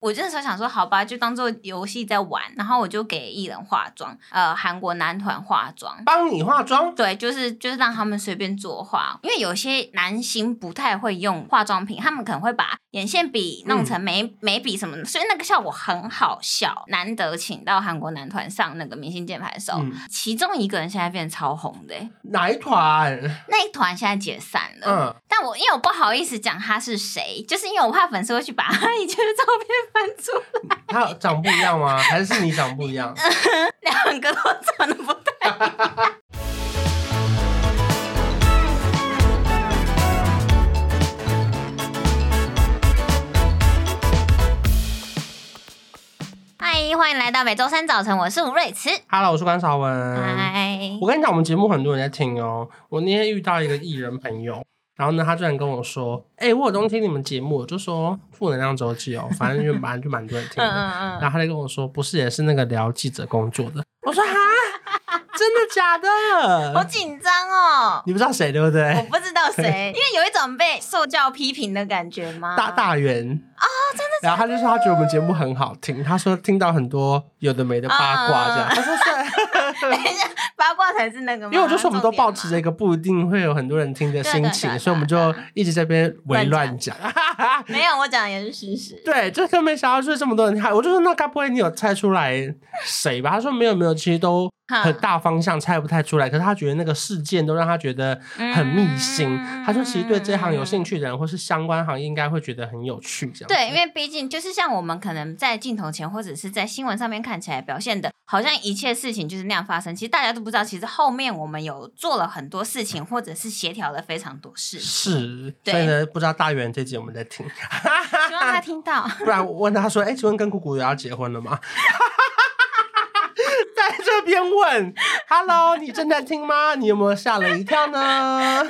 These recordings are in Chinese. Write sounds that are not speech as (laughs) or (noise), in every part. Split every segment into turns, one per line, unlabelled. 我那时候想说，好吧，就当做游戏在玩，然后我就给艺人化妆，呃，韩国男团化妆。
帮你化妆，
对，就是就是让他们随便作画，因为有些男星不太会用化妆品，他们可能会把眼线笔
嗯
弄成眉、眉笔什么的，所以那个效果很好笑。难得请到韩国男团上那个明星键盘手，
嗯，
其中一个人现在变超红的欸、
哪一团？
那一团现在解散了。
嗯，
但我因为我不好意思讲他是谁，就是因为我怕粉丝会去把他以前的 (laughs) 照片翻出来，
他长不一
(laughs)
样吗？还是你长不一样？
两个都长得不太。嗨，欢迎来到每周三早晨，我是吴瑞慈。
Hello，我是关少文。
嗨，
嗯我跟你讲，我们节目很多人在听哦。我那天遇到一个艺人朋友，然后呢，他居然跟我说：“哎、我有东西听你们节目。”我就说：“负能量
(laughs)
周记哦，反正就蛮就蛮多人听
嗯
的。”
嗯嗯，
然后他就跟我说：“不是，也是那个聊记者工作的。”我说：“哈，
(laughs)
真的假
好
的？
紧张哦。
你不知道谁对不
我
对？
不知道
(laughs)
谁，因为有一种被受教批评的感觉吗？
大大圆
哦
啊，真的。然后他就说他觉得我们节目很好听，他说听到很多有的没的八卦这样。
嗯
他说虽然 (laughs)
等一下，八卦才是那个吗？
因为我就说我们都
重
保
点
持着一个不一定会有很多人听的心
对哎对对
情，
对
所以我们就一直在边围乱讲。啊
吗没有，我讲的也是事实。
对，就根本没想到就是这么多人看，我就说那该不会你有猜出来谁吧？他说没有没有，其实都很大方向猜不太出来。可是他觉得那个事件都让他觉得很密心。
嗯
他说其实对这行有兴趣的人或是相关行业应该会觉得很有趣这样。
对，因为毕竟就是像我们可能在镜头前或者是在新闻上面看起来表现的，好像一切事情就是那样发生，其实大家都不知道，其实后面我们有做了很多事情，或者是协调了非常多事，希
是，
对
所以呢，不知道大圆这集我们在听， (laughs)
望他听到。
不然我问他说：“哎、请问跟姑姑有要结婚了吗？” (laughs) 在这边问，Hello，你
(laughs)
正在听吗？你有没有吓了一跳呢？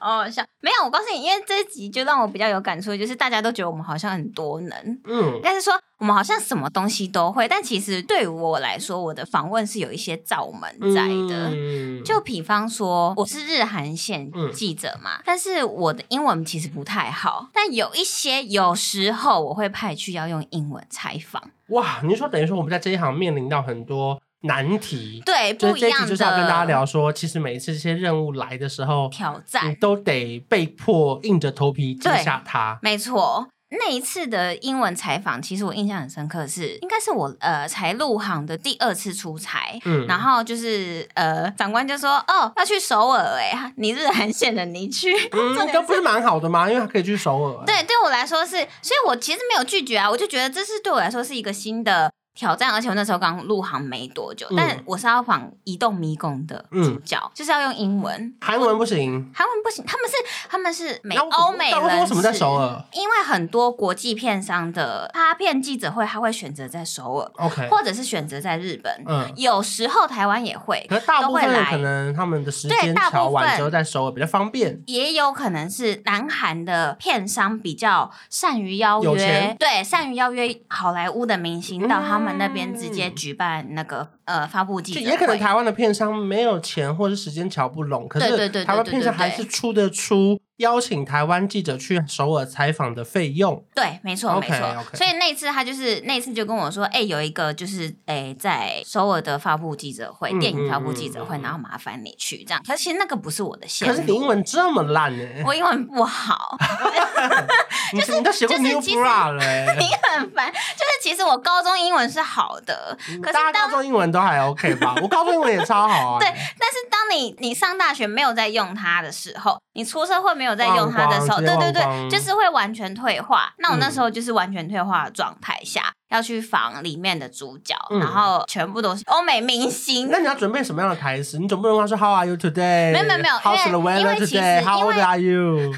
哦，像没有，我告诉你，因为这集就让我比较有感触的，就是大家都觉得我们好像很多能，应
嗯，
该是说我们好像什么东西都会，但其实对于我来说，我的访问是有一些罩门在的。
嗯
就比方说，我是日韩线记者嘛，但是我的英文其实不太好，但有一些有时候我会派去要用英文采访，
哇，你说等于说我们在这一行面临到很多难题，
对，
所
不
以
一
这一
样
集
的
就是要跟大家聊嗯说，其实每一次这些任务来的时候，
挑
你
战，
都得被迫硬着头皮接下它。
没错。那一次的英文采访，其实我印象很深刻是，应该是我呃才入行的第二次出差，
嗯，
然后就是呃长官就说哦要去首尔哎、你日韩线的你去，
嗯，这不是蛮好的吗？因为他可以去首尔。
对，对我来说是，所以我其实没有拒绝啊，我就觉得这是对我来说是一个新的挑战，而且我那时候刚入行没多久，
嗯
但我是要仿《移动迷宫》的主角，就是要用英文。
韩文不行，
韩文不行，他们是他们是美
那为什么
欧美
那
人士。
为什么在首尔
因为很多国际片商的发片记者会，他会选择在首尔，
？OK，
或者是选择在日本，
嗯，
有时候台湾也会，
可是大部分
都会
人
来
可能他们的时
对
间
大部
调完
分
之后再收，比较方便。
也有可能是南韩的片商比较善于邀
有
约
钱，
对，善于邀约好莱坞的明星到他们那边
嗯
直接举办那个呃发布记
就
者
也可能
会。
台湾的片商没有钱或是时间瞧不拢，可
对对对
是
对
台湾
对
片商
对
还
对
是出得出邀请台湾记者去首尔采访的费用。
对，没错
OK，
没错。
OK
所以那一次他就是那一次就跟我说，哎、有一个就是哎、在首尔的发布记者会，
嗯
电影发布
嗯
记者会，
嗯嗯
然后麻烦你去这样。可是其实那个不是我的线
可是你英
路，
文这么烂呢、
我英文不好， (laughs)
你你都写过
就是
New
其实
Bra 了、
(laughs)
欸，
你很烦。就是其实我高中英文是好的，可是
嗯大家
当
高中英文都还 OK 吧？我高中英文也超好啊、
对但是当你你上大学没有在用它的时候，你出社会没有在用它的时候，
忘光直
对
接
对
忘光
对，就是会完全退化。那我那
嗯
时候就是完全退化的状态下，要去仿里面的主角，
嗯
然后全部都是欧美明星。
那你要准备什么样的台词？你总不能跟他说 How are you today？
没有没有没有
，How's
因
the
为因
weather
为其实
today？How
因
old
为
are you？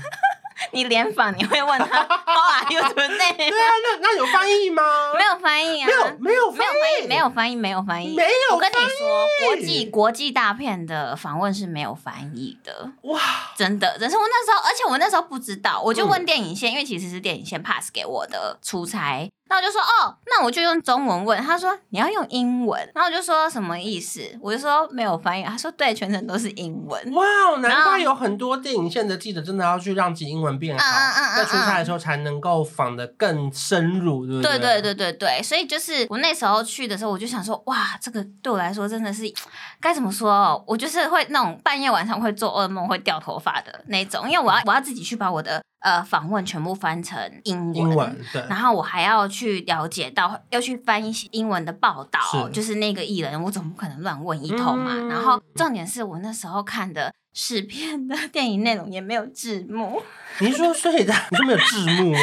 你联访你会问他
(laughs)
How are you today？
对啊，那那有翻译吗？
没有翻译啊，
没有没有
没有翻译，没有翻译，没有翻译。
没有
我跟
翻
你说，国际国际大片的访问是没有翻译的。
哇，
真的，只是我那时候，而且我那
嗯
时候不知道，我就问电影线，因为其实是电影线 pass 给我的出差，那我就说哦，那那我就用中文问。他说你要用英文，然后我就说什么意思？我就说没有翻译。他说对，全程都是英文。
哇，难怪有很多电影线的记者真的要去让自己英文变好，
嗯嗯嗯
在出差的时候才能够仿得更深入，对不
对
对
对对对对，所以就是我那时候去的时候，我就想说，哇，这个对我来说真的是该怎么说哦？我就是会那种半夜晚上会做噩梦、会掉头发的那种，因为我要我要自己去把我的呃访问全部翻成英文。
英文对。
然后我还要去了解到，要去翻一些英文的报道，
是
就是那个艺人，我总不可能乱问一通嘛。
嗯
然后重点是我那时候看的试片的电影内容也没有字幕，
你是说，所以 (laughs) 的你就没有字幕吗？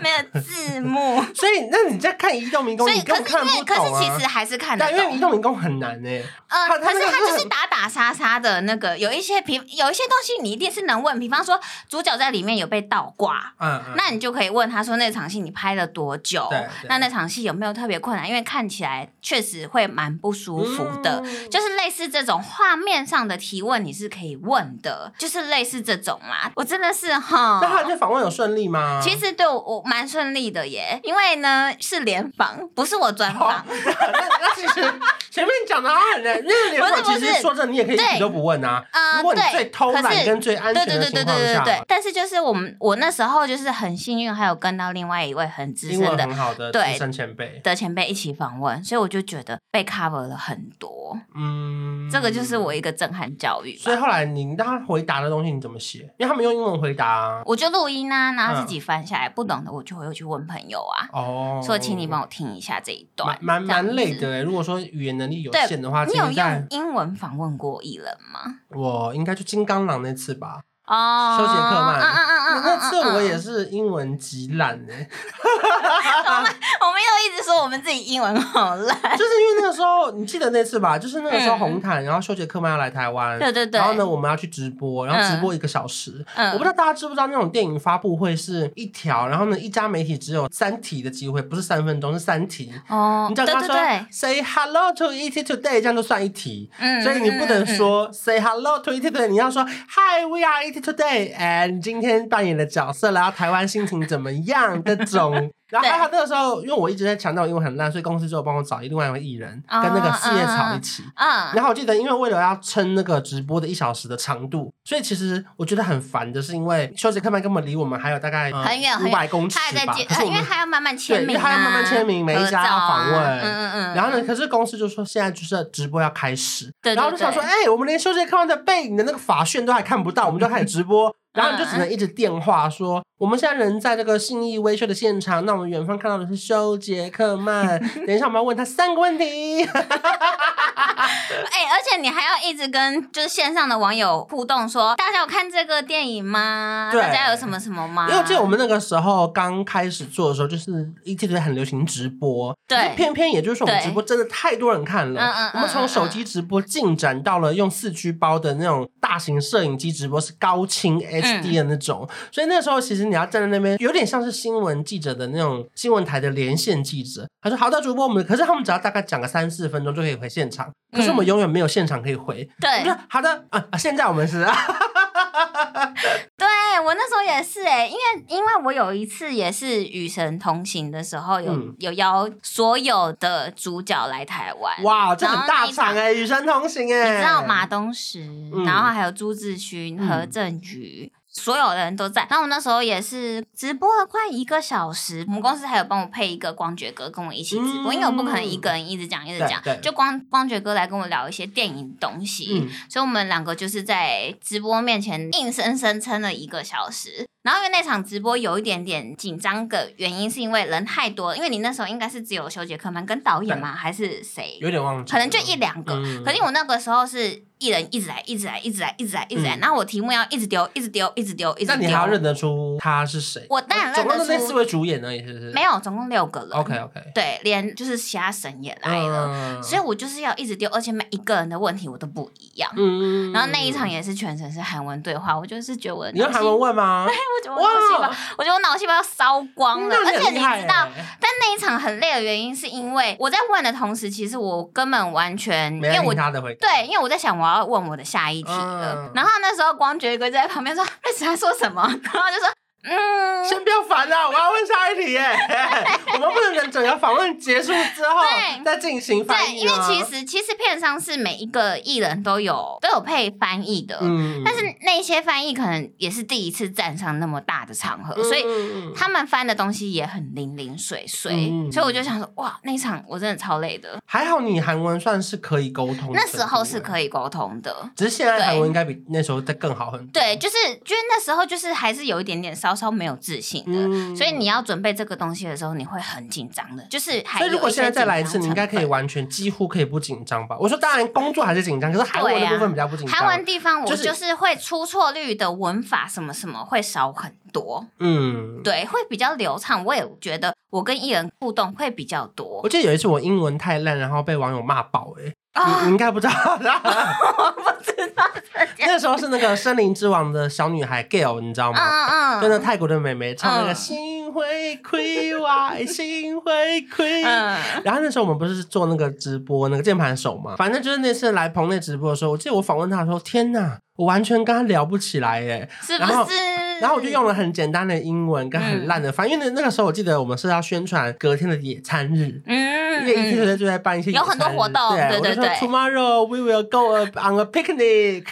没有字幕，
所以，那你在看《移动迷宫
所》，以
你
可
根
是
本
因
看
为
(laughs) 不
可
懂
是
啊
其实。还是看得
对，因为《移
懂。
动迷宫》很难诶，
呃，
他
可
他那
是
个
它就是
很
打打杀杀的那个，有一些比有一些东西你一定是能问，比方说主角在里面有被倒挂，
嗯，嗯
(laughs) 那你就可以问他说那场戏你拍了多久
对？对
那那场戏有没有特别困难？因为看起来确实会蛮不舒服的。
嗯
就是类似这种画面上的提问，你是可以问的，就是类似这种啦。我真的是哈
那，他去访问有顺利吗？
其
(laughs)
实对我我蛮顺利的耶，因为呢是联访，不是我专访。
(laughs) 那那其实前面讲的好像很难，因为联
不
访
是不
其
是
实说真的，你也可以一
对
题都不问啊。
呃
如果你
对
最偷
可
懒
是
跟最安
对对
全的
对对
情
对
况
对对
下
对，，但是就是我们我那时候就是很幸运，还有跟到另外一位很资
英
深
文
的
很好的
对
资深前辈，
的前辈一起访问，所以我就觉得被 cover 了很多。
嗯，
这个就是。我一个震撼教育
所以
吧。
后来你让他回答的东西你怎么写？因为他们用英文回答啊。
我就录音啊，然后
嗯
自己翻下来，不懂的我就会去问朋友啊，
哦，
说请你帮我听一下这一段
蛮，蛮蛮
这样
累
子。
的欸如果说语言能力有
对
限的话，
你
其
有
实在
用英文访问过艺人吗？
我应该就金刚狼那次吧。
哦，
休杰克曼
嗯嗯嗯嗯，
那次我
嗯，
也是英文极烂
(laughs)
哎，
嗯我们又一直说我们自己英文好烂，
就是因为那个时候，你记得那次吧？就是那个时候
嗯
红毯，然后修杰克曼要来台湾，
对对对
然后呢，我们要去直播，然后直播一个小时。
嗯
我不知道大家知不知道那种电影发布会是一条，然后呢，一家媒体只有三题的机会，不是三分钟，是三题。
哦，
你只
对
要跟
对
他说
对，
“say hello to ET today”，这样就算一题。
嗯
所以你不能。
嗯嗯嗯
说 “say hello to ET today”，你要说 “Hi, we are ET today”，and 今天扮演的角色，然后台湾心情怎么样这
(laughs)
种。然后还好那个时候，因为我一直在强调我英文很烂，所以公司就有帮我找另外一位艺人
哦
跟那个四叶草一起。
嗯，
然后我记得，因为为了要撑那个直播的一小时的长度，所以其实我觉得很烦的是，因为休杰克曼根本离我们还有大概
很远很
五
远
百公尺
他还在
吧
接，，呃
可是我
因为
们
他要慢慢
对
签
因
名
为
啊，
他要慢慢签名每一
合
家要
照啊
访问
嗯嗯嗯，
然后呢？可是公司就说现在就是直播要开始，
对对
然后我就想说，
对
哎、我们连修杰克曼的背影的那个法旋都还看不到，我们就开始直
嗯
播，然后你就只能一直电话说，我们现在人在这个信义威秀的现场，那我们远方看到的是修杰克
(laughs)
曼，等一下我们要问他三个问题，
啊哎、而且你还要一直跟就是线上的网友互动说大家有看这个电影吗？
对
大家有什么什么吗？
因为我记得我们那个时候刚开始做的时候，就是 ET 很流行直播，
对
可是偏偏也就是说我们
对
直播真的太多人看了，
嗯嗯嗯
我们从手机直播进展到了用四 G 包的那种大型摄影机直播，是高清
嗯
HD 的那种，所以那时候其实你要站在那边，有点像是新闻记者的那种新闻台的连线记者，他说好的主播我们，可是他们只要大概讲个三四分钟就可以回现场，可是我们永远没有现场可以回，我
嗯对
说好的啊啊，现在我们是啊，
对，我那时候也是哎、因为因为我有一次也是与神同行的时候有、
嗯
有邀所有的主角来台湾，
哇，这
然后
很
那
大
一
场
场
哎、与神同行哎、
你知道马东石，
嗯
然后还有朱志勋、
嗯
何振宇。所有的人都在，然后我那时候也是直播了快一个小时，我们公司还有帮我配一个光觉哥跟我一起直播，
嗯
因为我不可能一个人一直讲一直讲
对对，
就光光觉哥来跟我聊一些电影东西，
嗯
所以我们两个就是在直播面前硬生生撑了一个小时。然后因为那场直播有一点点紧张的原因，是因为人太多了，因为你那时候应该是只有修杰克曼跟导演吗？还是谁？
有点忘记
可
了，
能就一两个。
嗯
可是因为我那个时候是一人一直来，一直来，一直来，一直来，一直来，
嗯
然后我题目要一直丢，一直丢，一直丢，一直
那
丢。
你还要认得出他是谁？
我当然
总
认
共
得
就那四
出，
位主演而已，是不是？
没有，总共六个人。
OK OK，
对，连就是其他神也来了，
嗯
所以我就是要一直丢，而且每一个人的问题我都不一样。
嗯
然后那一场也是全程是韩文对话，我就是觉得我的
你用
脑细
韩文问吗？
我觉得我脑细胞，我觉得我脑细胞要烧光了，
那
而
很
且
厉
你
害
知道。
欸
但那一场很累的原因，是因为我在问的同时，其实我根本完全，因
没
为
人
我
听他的回答，
对，因为我在想我要问我的下一题了。
嗯
然后那时候光觉哥在旁边说：“那是他说什么？” (laughs) 然后就说：“嗯，
先不要烦了，我要问下一
(laughs)
题耶。我们不能等整个访问结束之后
对
再进行翻
对，
译
因为
吗
其实其实片商是每一个艺人都有都有配翻译的，
嗯
但是那些翻译可能也是第一次站上那么大的场合，所以
嗯
他们翻的东西也很零零碎碎，
嗯
所以我就想说，哇，那一场我真的超累的。
还好你韩文算是可以沟通的程度耶，
那时候是可以沟通的，
只是现在韩
对
文应该比那时候再更好很多。
对，就是就是那时候就是还是有一点点稍稍没有自信的。
嗯
所以你要准备这个东西的时候，你会很紧张的，就是还
所以如果
有一些
现在再来一次，
紧张
你应该可以
成
完全几乎可以不紧张吧？我说当然工作还是紧张，可是韩文的
对啊
部分比较不紧
分
张。
韩文地方，我
就是
就是会出错率的文法什么什么会少很多，
嗯，
对，会比较流畅。我也觉得我跟艺人互动会比较多
我记得有一次我英文太烂，然后被网友骂爆、欸，你你
啊，
应该不知道。
(laughs) 我不知道这件
(laughs) 那时候是那个《森林之王》的小女孩 Gail，你知道
嗯
吗？
嗯
跟那泰国的妹妹唱那个
嗯
心会亏外，心会亏。
嗯
然后那时候我们不是做那个直播那个键盘手嘛，反正就是那次来棚内直播的时候，我记得我访问他说：“天哪，我完全跟他聊不起来耶。”
是
然后
不是？
然后我就用了很简单的英文跟
嗯
很烂的，反正因为那那个时候我记得我们是要宣传隔天的野餐日。因
嗯，
为一
嗯
天就在办一些
有很多活动
野餐日对
对对
我就说 Tomorrow we will go up on a picnic (laughs)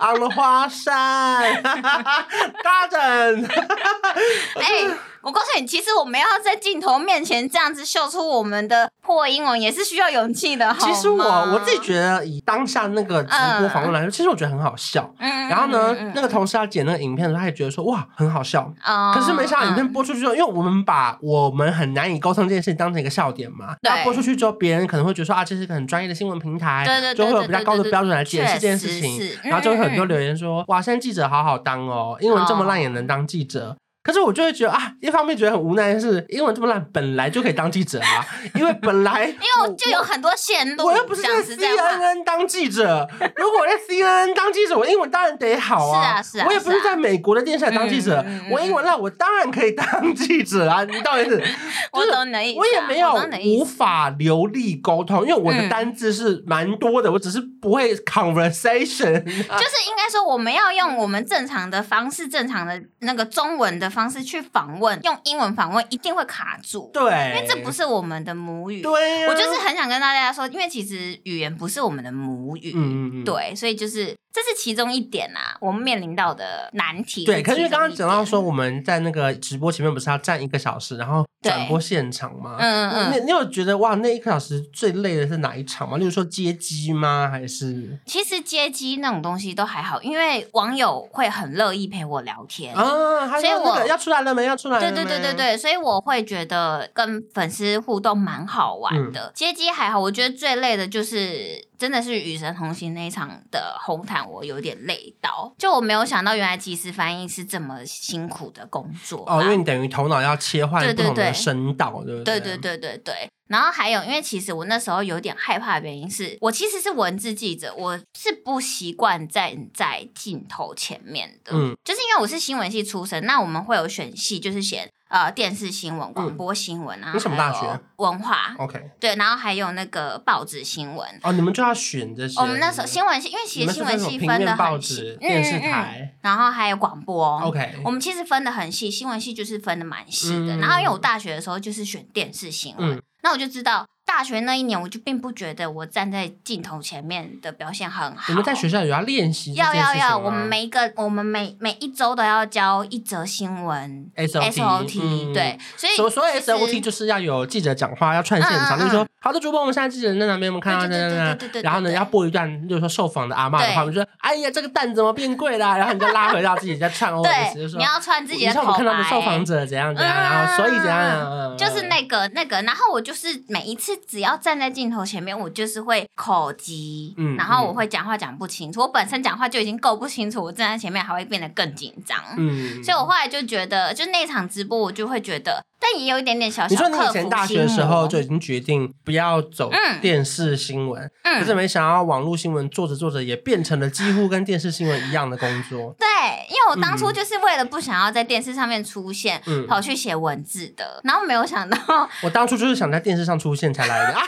on the
(laughs)
花山 garden。
哎、我告诉你，其实我们要在镜头面前这样子秀出我们的破英文，也是需要勇气的。
其实我
好吗
我自己，觉得，以当下那个直播访问来说，其实我觉得很好笑。
嗯
然后呢，
嗯
那个同事要剪那个影片的时候，他也觉得说哇很好笑，
嗯
可是没想到影片
嗯
播出去之后，因为我们把我们很难以沟通这件事情当成一个笑点嘛，
对
那播出去之后，别人可能会觉得说啊，这是一个很专业的新闻平台，
对对对
就会有比较高的标准来解释这件事
确
情
实，是嗯
然后就会很多留言说，哇，现在记者好好当哦，英文这么烂也能当记者。可是我就会觉得啊，一方面觉得很无奈的是，英文这么烂本来就可以当记者啊，因为本来
(laughs)
因
因为我就有很多线路，
我又不是
这
在
样子这样子。
CNN 当记者，如果我在 CNN 当记者，我英文当然得好啊。
是啊是啊
我也不是
是啊
在美国的电视台当记者，
嗯嗯嗯
我英文烂，我当然可以当记者啊。你到底是？
我懂 (laughs) 你的意思啊
我也没有
我懂你的意思
无法流利沟通，因为我的
嗯
单字是蛮多的，我只是不会 conversation。
就是应该说，我们要用我们正常的方式、正常的那个中文的方式去访问，用英文访问一定会卡住，
对，
因为这不是我们的母语。
对、啊，
我就是很想跟大家说，因为其实语言不是我们的母语，
嗯嗯嗯，。
对，所以就是这是其中一点啊，我们面临到的难题。
对，可是因为刚刚
其中
讲
一点
到说，，我们在那个直播前面不是要站一个小时，然后转播现场吗？
嗯嗯
你
嗯，
你有觉得哇，那一个小时最累的是哪一场吗？例如说接机吗？还是
其实接机那种东西都还好，因为网友会很乐意陪我聊天。
啊？还
所以
有那
我
个要出来了没？要出来了
对
没？
对对对对，所以我会觉得跟粉丝互动蛮好
嗯
玩的。接机还好，我觉得最累的就是真的是《与神同行》那一场的红毯，我有点累到。就我没有想到，原来即时翻译是这么辛苦的工作
哦，
啦
因为你等于头脑要切换
啊对
不
对
同的
对
声道，对不
对
对
对对对对。然后还有，因为其实我那时候有点害怕的原因是，我其实是文字记者，我是不习惯站在镜头前面的。
嗯
就是因为我是新闻系出身，那我们会有选系，就是选呃电视新闻、广播新闻啊，
你嗯什么大学？哦
文化
OK，
对，然后还有那个报纸新闻。
哦，你们就要选这些。
我们那时候新闻系，因为其
你
实
们是
新闻
分什么
系
平
分的
面报
很细
纸、，电视
嗯嗯
台。
然后还有广播。
OK，
我们其实分的很细，新闻系就是分的蛮细的。
嗯
然后因为我大学的时候就是选电视新闻，
嗯
那我就知道大学那一年我就并不觉得我站在镜头前面的表现很好。
你们在学校有要练习这件
要
事情
要
吗
要，我们每一个我们每每一周都要交一则新闻
SOT
SOT，、
嗯
对，所以
所所以
其实
SOT 就是要有记者讲话，要串现
嗯
场，
嗯嗯
就是说，好的，主播，我们现在记者在哪边？我们看到在
对对
哪
对对
哪
对对对
然后呢，
对
要播一段，就是说受访的阿嬷的话，
对
我们就说，哎呀，这个蛋怎么变贵啦？然后你就拉回到自己在串 OS，就
对，
说
你，要串自己
你
的
看我
口
们
白。
看到的受访者怎样怎样，然后所以怎样，嗯
就是那个那个，然后我就是每一次只要站在镜头前面，我就是会口急，
嗯
然后我会讲话讲不清楚，我本身讲话就已经够不清楚，我站在前面还会变得更紧张，
嗯，
所以我后来就觉得，就那场直播我就会觉得，但也有一点点小
你
小克
说
服
你以前大学的时候就已经决定不要走
嗯
电视新闻，可
嗯。
是没想到网络新闻做着做着也变成了几乎跟电视新闻一样的工作。
对，因为我当初就是为了不想要在电视上面出现，
嗯
跑去写文字的，然后没有
(laughs)
想到
我当初就是想在电视上出现才来的。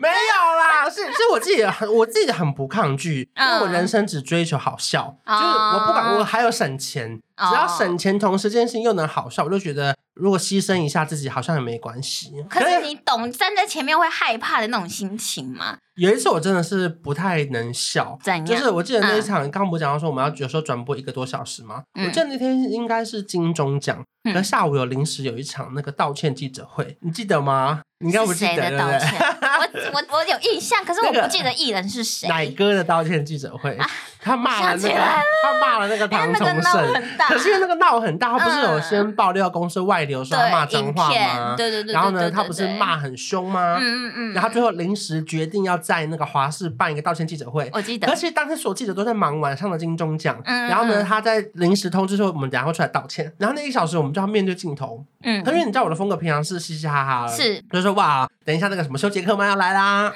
没有啦，样，是是我自己很我自己很不抗拒，因为我
嗯
人生只追求好笑，就是我不管
哦
我还有省钱，只要省钱，同时这件事情又能好笑，我就觉得如果牺牲一下自己好像也没关系。
可是你懂站在前面会害怕的那种心情吗？
有一次我真的是不太能笑
怎样，
就是我记得那一场，刚刚不讲到说我们要有时候转播一个多小时嘛，
嗯
我记得那天应该是金钟奖，
嗯
可下午有临时有一场那个道歉记者会，你记得吗？你应该不
是
记
谁
得
的
对
道
不
歉
对？？
我我我有印象，可是我
那个
不记得艺人是谁。
奶哥的道歉记者会，他骂了那
啊我想起
个，
来了
他骂了那个
因为
唐
那个
崇
闹
盛。
很大，嗯
可是因为那个闹很大，他不是有先爆料公司外流说他骂
对
脏
影
话
片，
吗？
对对对，
然后
对
呢，他不是，骂很凶吗
对对？嗯嗯嗯，
然后最后临时决定要在那个华视办一个道歉记者会。
我记
而
得，
且当时所记者都在忙晚上的金钟奖，
嗯嗯
然后呢，
嗯
他在临时通知说我们等一下会出来道歉，然后那一小时我们就要面对镜头。
嗯
可是你知道我的风格平常是嘻嘻哈哈的，
是
就说哇，等一下那个什么修杰克曼要来
(laughs)
啦。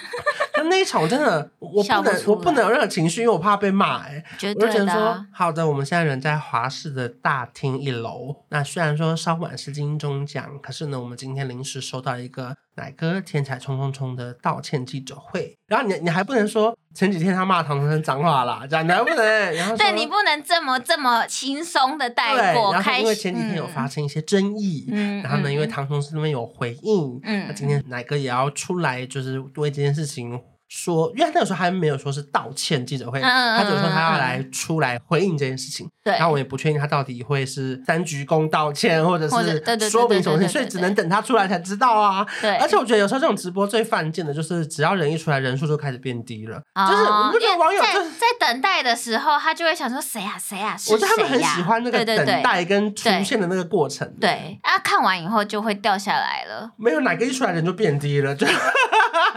那那一场我真的，我
笑
不
不
能，
出
我不能有任何情绪，因为我怕被骂、欸。
绝
我就
对
只能
的
说
啊，，
好的，我们现在人在华视的大厅一楼。那虽然说稍晚是金钟奖，可是呢，我们今天临时收到一个奶哥天才冲冲冲的道歉记者会。然后你你还不能说前几天他骂唐崇生脏话啦，这样你还不
(laughs)
能。然后说
对你不能这么这么轻松的
对，
带过，
然后
开嗯
因为前几天有发生一些争议，
嗯，嗯
然后呢，
嗯
因为唐崇生那边有回应，
嗯
那今天奶哥也要出来，就是为这件事情说，因为他那个时候还没有说是道歉记者会，
嗯嗯
他只有说他要
嗯嗯
来出来回应这件事情。
对，
然后我也不确定他到底会是三鞠躬道歉，或者
或者对对对
是说明什么事
对对对对
情，所以只能等他出来才知道啊。
对，
而且我觉得有时候这种直播最犯贱的就是，只要人一出来，人数就开始变低了，
哦
就是我们这个网友
因为
就
在在等待的时候，他就会想说谁啊谁啊是
我
谁
觉得
呀、
他们很喜欢那个
对对
等
对
待跟出现的那个过程。
对，啊，看完以后就会掉下来了。
没有哪个一出来人就变低了，就 (laughs) 就是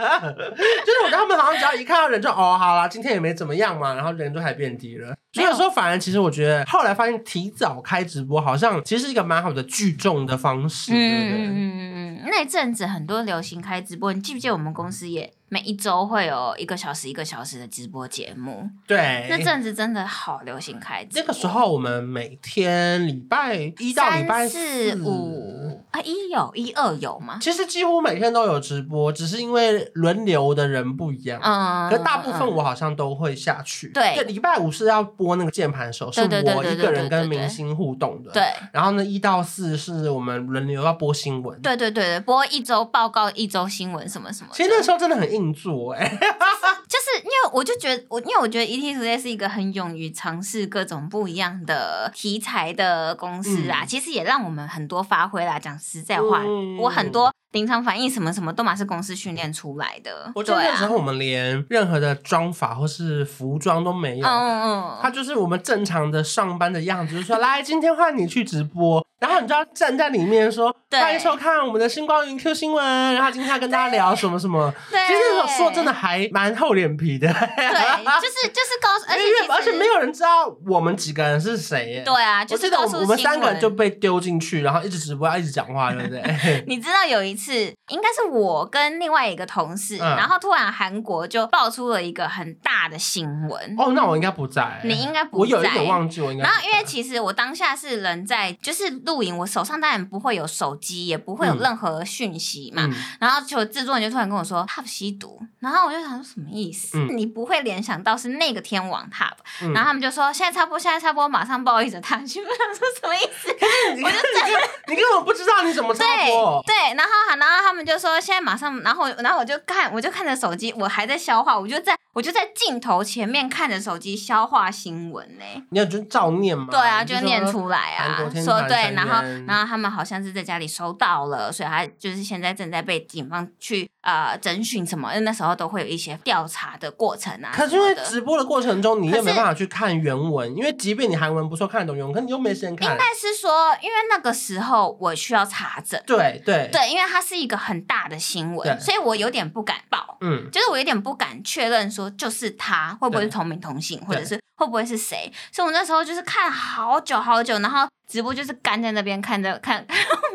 我觉得他们好像只要一看到人就哦好啦，今天也没怎么样嘛，然后人就还变低了。所以有时候反而其实我觉得后来发现提早开直播好像其实是一个蛮好的聚众的方式，对不对？
嗯嗯嗯，那一阵子很多流行开直播，你记不记得我们公司也每一周会有一个小时一个小时的直播节目？
对，
那阵子真的好流行开直播，
那个时候我们每天礼拜一到礼
三
拜
四五啊一有一二有吗？
其实几乎每天都有直播，只是因为轮流的人不一样。
嗯，
可大部分
嗯
我好像都会下去。
对
就礼拜五是要播那个键盘手，是
对对对
我
对
一
对对
个人跟
对对
明星互动的。。
对
然后呢，一到四是我们轮流要播新闻。。
对对对对，播一周报告一周新闻什么什么的。
其实那时候真的很硬座
啊
哎、
就是因为我就觉得我，因为我觉得 ET Today 是一个很勇于尝试各种不一样的题材的公司啊，
嗯
其实也让我们很多发挥啦。讲实在话，
嗯
我很多临场反应什么什么都嘛是公司训练出来的。
我记
对
得那时
啊，
候我们连任何的妆法或是服装都没有，
嗯
他就是我们正常的上班的样子，就说来，今天换你去直播， (laughs) 然后你就要站在里面说，
对
欢迎收看我们的星光云 Q 新闻，然后今天要跟大家聊什么什么。
对，
其实说真的，还蛮厚脸皮的，
对，
对，
就是就是告诉，而且
(laughs) 因为而且没
有
有人知道我们几个人是谁耶。
对啊，
我
就
记
是
得
告
我
诉
们我们
新闻
三个人就被丢进去，然后一直直播，要一直讲话，对
(laughs)
不对？
你知道有一次，应该是我跟另外一个同事，
嗯
然后突然韩国就爆出了一个很大的新闻，
哦，那我应该不在，
你应该不
我有一
在
点忘记，我应该
然
不在。
后，因为其实我当下是人在，就是录影，我手上当然不会有手机，也不会有
嗯
任何讯息嘛。
嗯，
然后就制作人就突然跟我说 “top 吸毒”，然后我就想说什么意思？
嗯
你不会联想到是那个天王 top，、
嗯
然后他们就说现在插播，现在插播，马上报一则他 (laughs) 去。我想说什么意思？
(laughs) 你看，你看，你根本不知道你怎么插播
对。对，然后然后他们就说现在马上，然后然后我就看我就看着手机，我还在消化，我就在我就在镜头前面看着手机消化新闻呢、
你有就照念嘛？
对啊，
你
就
说
念出来啊
韩国，天
说
团
对，
成
然后
员
然后他们好像是在家里收到了，所以他就是现在正在被警方去呃侦讯什么，因为那时候都会有一些调查的过程啊
可
什
是因
么
为
的。
直播的过程中，你又
可
没
是
办法去看原文，因为即便你韩文不错，看得懂原文，可你又没时间看
应。该是说，因为那个时候我需要查证，
对对，
对，因为它是一个很大的新闻，
对
所以我有点不敢报。
嗯，
就是我有点不敢确认说就是他会不会是
对
同名同姓，或者是会不会是谁，所以我那时候就是看好久好久，然后直播就是干在那边看着 (laughs) 看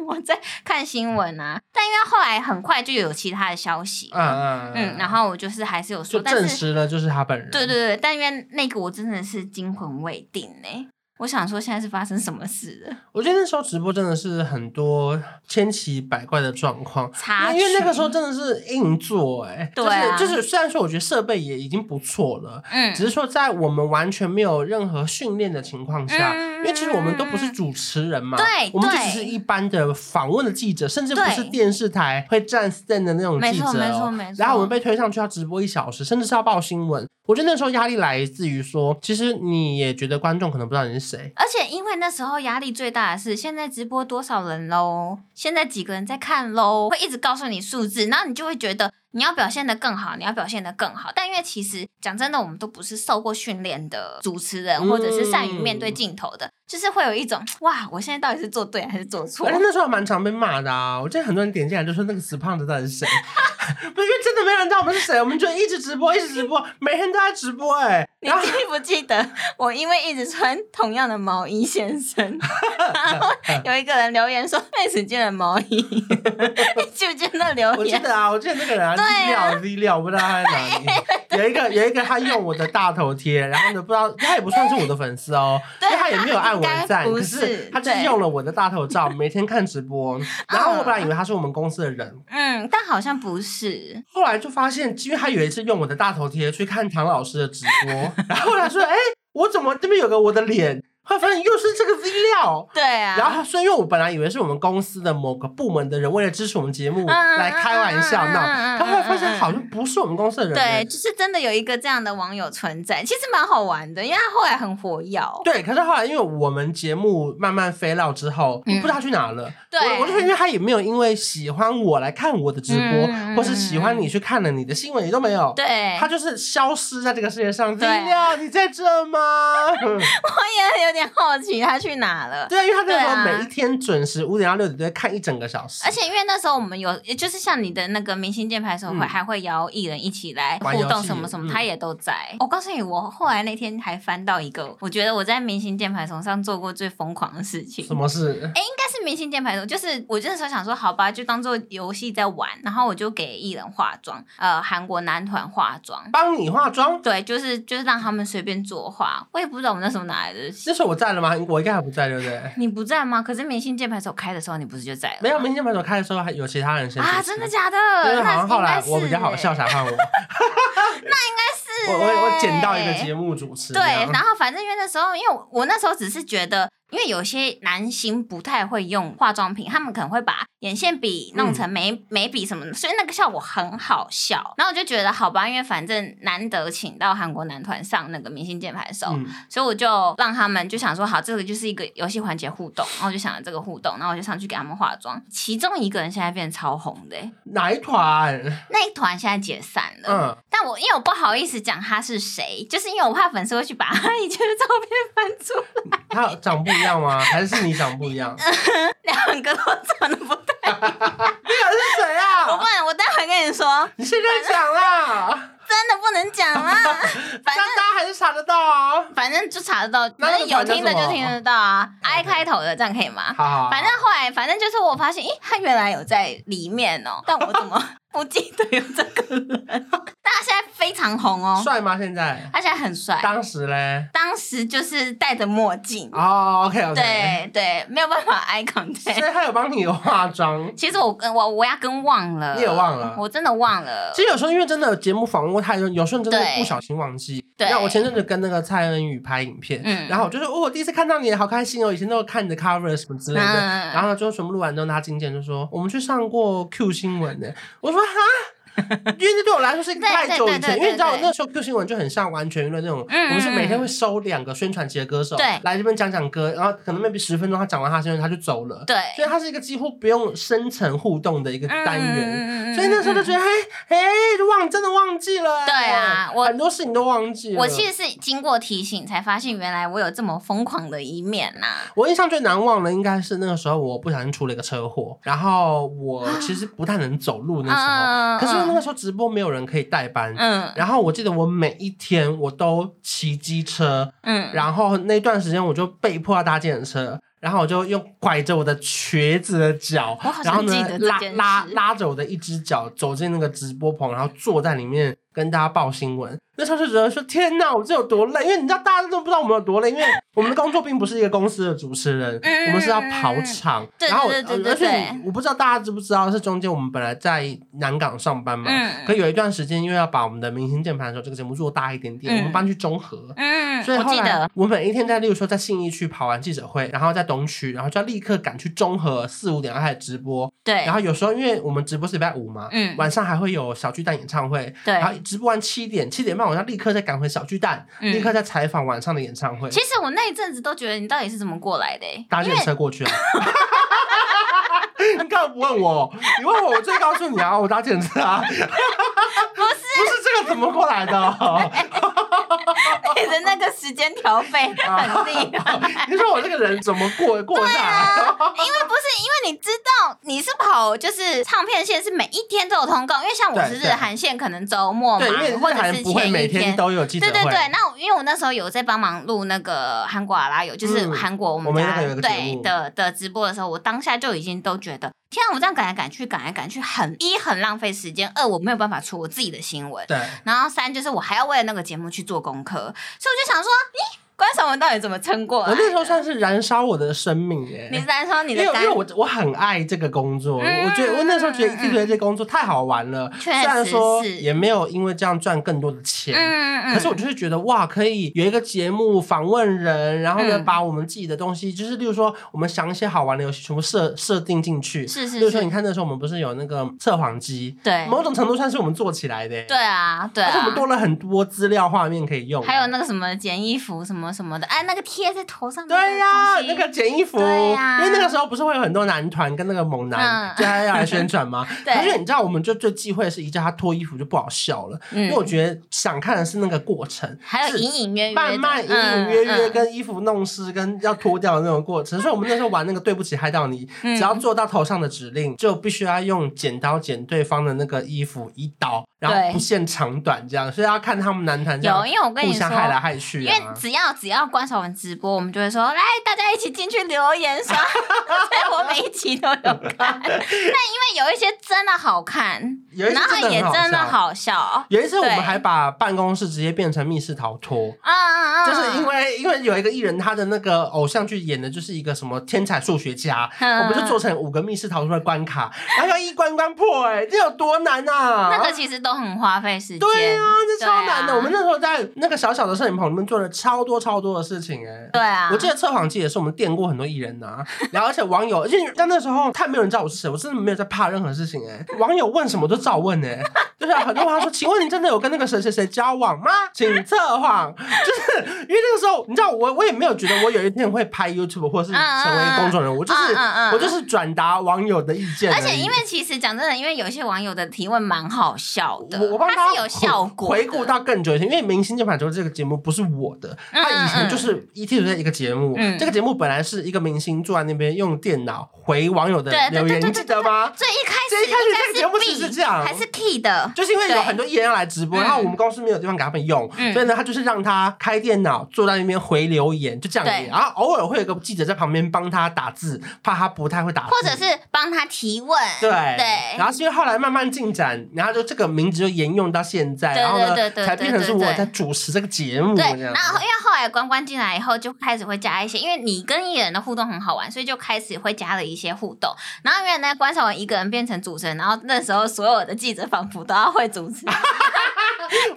我在看新闻啊，但因为后来很快就有其他的消息，
嗯嗯
嗯，然后我就是还是有
就
说，但
证
是
实了就是他本人。
对对对，但因为那个我真的是惊魂未定呢、欸我想说现在是发生什么事了？
我觉得那时候直播真的是很多千奇百怪的状况，
插
因为那
曲
个时候真的是硬做哎、
对啊
就是就是虽然说我觉得设备也已经不错了，
嗯
只是说在我们完全没有任何训练的情况下，
嗯
因为其实我们都不是主持人嘛，
对
我们就
对
只是一般的访问的记者，甚至不是
对
电视台会站 stand 的那种
没
记者、
错
哦，
没错没错
然后我们被推上去要直播一小时，甚至是要报新闻。我觉得那时候压力来自于说，其实你也觉得观众可能不知道你是谁，
而且因为那时候压力最大的是，现在直播多少人喽？现在几个人在看喽？会一直告诉你数字，然后你就会觉得你要表现的更好，你要表现的更好。但因为其实讲真的，我们都不是受过训练的主持人，
嗯
或者是善于面对镜头的，就是会有一种哇，我现在到底是做对还是做错
而且？那时候还蛮常被骂的啊！我记得很多人点进来就说那个死胖子到底
(laughs)
是谁，不是因为真的没有人知道我们是谁，我们就一直直播，一直直播，每天都在直播哎、
你
(laughs) 然后
记不记得我因为一直穿同样的毛衣现
(laughs)
身，然后有一个人留言说 (laughs) 妹子见了毛
(laughs)
衣，你记不记得那留
我记
言？
得啊，我记得那个人啊，
对
资
啊
料资料，我不知道他在哪里。有一个有一个他用我的大头贴，然后呢，不知道他也不算是我的粉丝哦，因
对
为他也没有按
应
我
该
的赞，
不
可
是
是他就是
对
用了我的大头照，每天看
(laughs)
直播。然后我本来以为他是我们公司的人，
嗯，但好像不是。
后来就发现，因为他有一次用我的大头贴去看唐老师的直播，然后他说：“哎、我怎么这边有个我的脸？”后来发现又是这个资料。
对啊，
然后，所以因为我本来以为是我们公司的某个部门的人，为了支持我们节目
嗯
来开玩笑
嗯嗯嗯
闹，
嗯嗯
他后来发现好像不是我们公司的人欸。
对，就是真的有一个这样的网友存在，其实蛮好玩的，因为他后来很火药。
对，可是后来因为我们节目慢慢飞到之后，
嗯
我不知道他去哪了。
对
我我就说，因为他也没有因为喜欢我来看我的直播，
嗯
或是喜欢你去看了你的新闻，也都没有。
对，
他就是消失在这个世界上。
对
资料，你在这吗？ (laughs)
我也有点好奇他去哪了。
对啊，因为他那时候
对啊
每一天准时五点到六点都会看一整个小时，
而且因为那时候我们有，就是像你的那个明星键盘手会，
嗯
还会邀艺人一起来
玩游
互动
戏
什么什么，
嗯
他也都在。我告诉你，我后来那天还翻到一个，我觉得我在明星键盘手上做过最疯狂的事情。
什么事？
但是明星键盘手，就是我那时候想说，好吧，就当做游戏在玩，然后我就给艺人化妆，呃，韩国男团化妆，
帮你化妆？
对，就是就是让他们随便作画。我也不知道我那时候哪来的，
那时候我在了吗？我应该还不在，对不对？
(laughs) 你不在吗？可是明星键盘手开的时候，你不是就在了吗？
没有，明星朋手开的时候还有其他人先
啊，
主持
真的假的？
对，好
那
像后来
应该是
我比较好笑，
欸
才换
(laughs)
我。
是
(laughs) 我我我捡到一个
欸
节目主持，
对，
这 (laughs) 样
然后反正因为那时候，因为我我那时候只是觉得，因为有些男星不太会用化妆品，他们可能会把眼线笔弄成眉、眉笔什么的，所以那个效果很好笑。然后我就觉得好吧，因为反正难得请到韩国男团上那个明星键盘手，
嗯，
所以我就让他们就想说，好，这个就是一个游戏环节互动，然后我就想了这个互动，然后我就上去给他们化妆。其中一个人现在变超红的欸、
哪一团？
那一团现在解散了。
嗯，
但我因为我不好意思讲他是谁，就是因为我怕粉丝会去把他以前的照片翻出来，
他长不一样吗？还是你长不
(laughs)
一样？那个
两个都长得不太。
是谁
我不
啊？
能，我待会跟你说，
你现在讲啦，
真的不能讲啊啦。反
但
正
大家还是查得到啊。
反正就查得到，
那
反正有
那个团叫
听的
什
就
么
听得到啊。I
OK
开头的，这样可以吗？
好好，好
反正后来，反正就是我发现，咦，他原来有在里面哦，但我怎 (laughs) 么不记得有这个人？但他现在非常红哦，
帅吗？现在？
他现在很帅，
当时嘞？
当时就是戴着墨镜，
哦，OK OK。。
对对，没有办法 eye contact
所。以他有帮你化妆。
其实我跟我我压根忘了，
你也忘了
我真的忘了
其。实有时候因为真的节目访问过太多，有时候真的
对
不小心忘记。
对
那我前阵子跟那个蔡恩宇拍影片，
嗯
然后我就说，哦，我第一次看到你，好开心哦，以前都有看你的 cover 什么之类的。
嗯
然后呢，最后全部录完之后，他经纪人就说，我们去上过 Q 新
(laughs)
闻呢。我说哈。因为这对我来说是一个
对
太久以
对对对
前，因为你知道
对对
那时候 Q 新闻就很像完全娱乐那种，
嗯
我们是每天会收两个宣传期的歌手
对
来这边讲讲歌，然后可能 maybe 十分钟他讲完他宣传他就走了，
对，
所以它是一个几乎不用深层互动的一个单元。
嗯
所以那时候就觉得，嘿，嘿，就忘真的忘记了、哎
对啊我
很多事情都忘记了。
我其实是经过提醒才发现，原来我有这么疯狂的一面呐、
我印象最难忘的应该是那个时候我不小心出了一个车祸，然后我其实不太能走路那时候，
嗯
可是因为那个时候直播没有人可以代班。
嗯
然后我记得我每一天我都骑机车，
嗯，
然后那段时间我就被迫要搭计程车，然后我就用拐着我的瘸子的脚
我好，像
然后
记
呢
得这
拉
件事
拉拉着我的一只脚走进那个直播棚，然后坐在里面跟大家报新闻。那时候就觉得说天哪，我这有多累？因为你知道大家都不知道我们有多累，因为我们的工作并不是一个公司的主持人，
嗯
我们是要跑场。
对
然后我
对对对
呃而且
对
我不知道大家知不知道，是中间我们本来在南港上班嘛，
嗯
可有一段时间因为要把我们的明星键盘的时候，这个节目做大一点
嗯
点，我们搬去中和。
嗯，
所以
我
后
记
来
得，
我每一天在，例如说在信义区跑完记者会，然后在东区，然后就要立刻赶去中和四五点要开始直播。
对
然，后有时候因为我们直播是礼拜五嘛，
嗯，
晚上还会有小巨蛋演唱会，
对
然。后直播完七点，七点半我要立刻再赶回小巨蛋，
嗯
立刻再采访晚上的演唱会，
其实我那一阵子都觉得你到底是怎么过来的、欸，
搭
因
电
为
车过去
(laughs)
啊。 (laughs) 你干嘛不问我？你问我，我最告诉你啊，我搭电车
(laughs)
啊。不是，不是这个怎么过来的？
你的那个时间调配
啊
很厉害。
你说我这个人怎么过过下来？
因为不是因为你知道你是跑就是唱片线是每一天都有通告，因为像我是
对
日
对
韩线可能周末嘛
对，因为，
哦或
日
者
韩
是
不会
前
每
一
天都有记者
对
会。
对对，那我因为我那时候有在帮忙录那个韩国阿拉有，就是
嗯
韩国我
我
们
们
家
那个有一个节
对
目
的的直播的时候，我当下就已经都觉得，天啊，我这样赶来赶去，赶来赶去，很一很浪费时间，二我没有办法出我自己的新闻，
对
然后三就是我还要为了那个节目去做功课，所以我就想说，咦，观赏文到底怎么撑过来
我
的？
那时候算是燃烧我的生命耶。
你在说你
因为
的
因
肝
为我我很爱这个工作，
嗯
我觉得我那时候觉
嗯
得一直觉得这工作太好玩了，
确
虽
实
然说
是
也没有因为这样赚更多的
嗯
钱。
嗯嗯，
可是我就是觉得哇，可以有一个节目访问人，然后呢，
嗯
把我们自己的东西，就是例如说，我们想一些好玩的游戏，全部设设定进去。
是
例
是
如说，
是
你，看那时候我们不是有那个测谎机，
对
某种程度算是我们做起来的，
对，啊对
而且我
啊
们。多啊了很多资料画面可以用，
还有那个什么剪衣服什么什么的，哎，那个贴在头上的
对呀、
东西
那个剪衣服，
对呀
因为那个时候不是会有很多男团跟那个猛男
嗯
就要来宣传吗？
(laughs) 对
可是你知道，我们就最忌讳的是一叫他脱衣服就不好笑了，因为我
嗯，
觉得想看的是那个过程，
还有
是
隐隐约约的，
慢慢隐隐约约
嗯嗯
跟衣服弄湿跟要脱掉的那种过程。所以我们那时候玩那个对不起害到你，
嗯
只要做到头上的指令，就必须要用剪刀剪对方的那个衣服一刀，然后
对
不限长短这样，所以要看他们男团这样
有，因为我跟
互
你
相害来
说。
害去、
因
啊，
为只要只要关守文直播，我们就会说来大家一起进去留言
(laughs)
刷，所以我每一集都有看。但因为有一些真的好看，
有一些
然后
真的
也
很好
真的
笑
好笑，
有一次我们
对
还把办公室直接变成密室逃脱。
啊啊啊！
就是因为因为有一个艺人，他的那个偶像剧演的就是一个什么天才数学家，
嗯
我们就做成五个密室逃脱的关卡，然后要一关一关破、哎，这有多难啊？
那个其实都很花费时间。
对啊，这超难的。
对啊
我们那时候在那个小小的摄影棚里面做了超多超多的事情、哎。
对啊，
我记得测谎机也是我们电过很多艺人呐、啊 (laughs) 然后而且网友，而且在那时候太没有人知道我是谁，我真的没有在怕任何事情哎、网友问什么都照问哎、就是很多话说，请问你真的有跟那个谁谁谁交往吗？请测谎，就是因为那个时候你知道我我也没有觉得我有一天会拍 YouTube 或是成为公众人物，我就是
嗯嗯嗯
我就是转达网友的意见而
而
已，
且因为其实讲真的，因为有些网友的提问蛮好笑的，
我我帮
它
大
是
家
有效果的
回顾到更久以前，因为《明星键盘球》这个节目不是我的，
嗯
他以前就是 E 一剔除在一个节目。
嗯
这个节目本来是一个明星坐在那边用电脑回网友的
对对
留
对
言，
对
你记得吗？
最一开
最
始
一开始这个节目
应该
其实
是
是这样
B 还是 Key 的，
就是因为
对
有很多艺人要来直播，
嗯
然后我们公司没有地方给他们用，
嗯
所以呢，他就是让他开电脑坐在那边回留言，就这样
对
子。然后偶尔会有个记者在旁边帮他打字，怕他不太会打字，
或者是帮他提问，
对
对
然后是因为后来慢慢进展，然后就这个名字就沿用到现在，
对
然后呢
对对对
才变成是
对对
我
对
在主持这个节目这
对
样。，
然后因为后来关关进来以后，就开始会加一些，因为你跟艺人的互动很好玩，所以就开始会加了一些互动。然后原来关晓雯一个人变成主持人，然后那时候所有的记者仿佛都要会主持，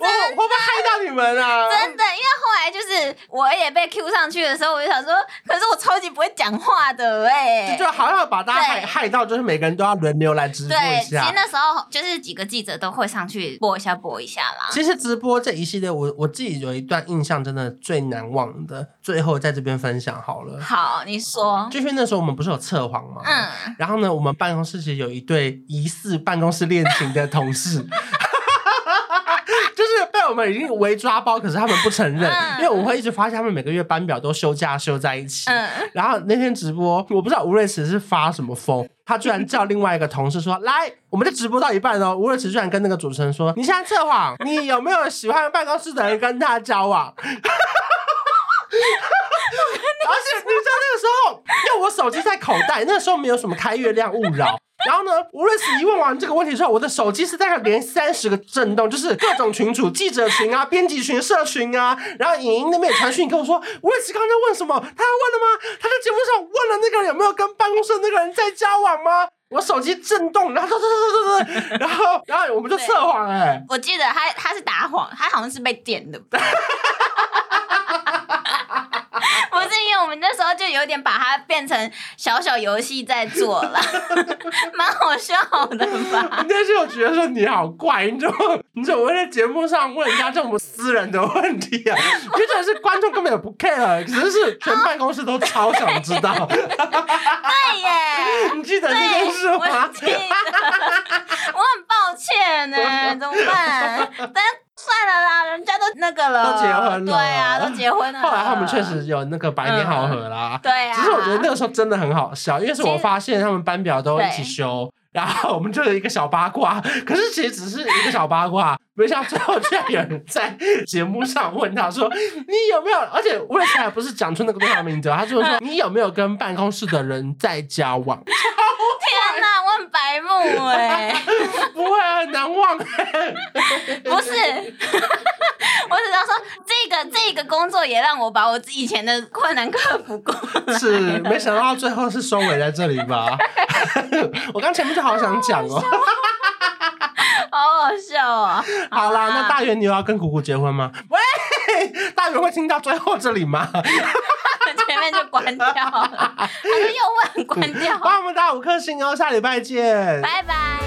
我我会不会害到你们啊？
真的，因为后来就是我也被 Q 上去的时候，我就想说，可是我超级不会讲话的哎、
就好像把大家害
对
害到，就是每个人都要轮流来直播
对，
一
其实
下。
那时候就是几个记者都会上去播一下播一下啦。
其实直播这一系列，我我自己有一段印象真的最难忘的，最后在这边分享好了。
好，你说，
就是那时候我们不是有测谎吗？
嗯，
然后呢，我们办公室其实有一对疑似办公室恋情的同事。 (laughs) 就是被我们已经围抓包，可是他们不承认，
嗯
因为我会一直发现他们每个月班表都休假休在一起。
嗯，
然后那天直播，我不知道吴瑞慈是发什么疯，他居然叫另外一个同事说：“来，我们就直播到一半哦。”吴瑞慈居然跟那个主持人说：“你现在测谎，你有没有喜欢办公室的人跟他交往？”而且你知道那个时候，因为我手机在口袋，那时候没有什么开月亮勿扰，然后呢，无论是疑问完这个问题之后，我的手机是大概连三十个震动，就是各种群组、记者群啊、编辑群、社群啊，然后影音那边也传讯跟我说，吴瑞慈刚才问什么？他问了吗？他在节目上问了那个人有没有跟办公室的那个人在交往吗？我手机震动，然后咚咚咚咚咚，然后然后我们就测谎哎、
我记得他他是打谎，他好像是被电的。 (laughs) 不是因为我们那时候就有点把它变成小小游戏在做了， (laughs) 蛮好笑的吧？
但是我觉得说你好怪，你怎么你怎么会在节目上问人家这么私人的问题啊？ (laughs) 因为真的是观众根本也不 care，只是全办公室都超想知道。 (laughs)
对耶，
你记得这件事
对，哦我
吗？
记得，我很抱歉
(laughs)
呢，怎么办？但算了啦，人家都那个了，
都结婚了
对啊，都结婚了。
后来他们确，实有那个百年好合啦。
对啊，
只是我觉得那个时候真的很好笑，因为是我发现他们班表都一起修，然后我们就有一个小八卦。可是其实只是一个小八卦，没想到最后居然有人在节目上问他说：“你有没有？”而且吴瑞慈还不是讲出那个对方名字哦，他就说：“你有没有跟办公室的人在交往
天哪，我很白目哎、？”
(laughs) 不会啊，很难忘。
不是， (laughs) 我只要说这个这个工作也让我把我以前的困难克服 (laughs) 过。
是，没想到最后是收尾在这里吧？我刚前面就好想讲哦。
好好笑哦！
好啦，
好啦
那大圆你有要跟姑姑结婚吗？喂， (laughs) 大圆会听到最后这里吗？
(laughs) 前面就关
(laughs)
掉了，他就又问关掉，
嗯帮我们打五颗星哦，下礼拜见，
拜拜。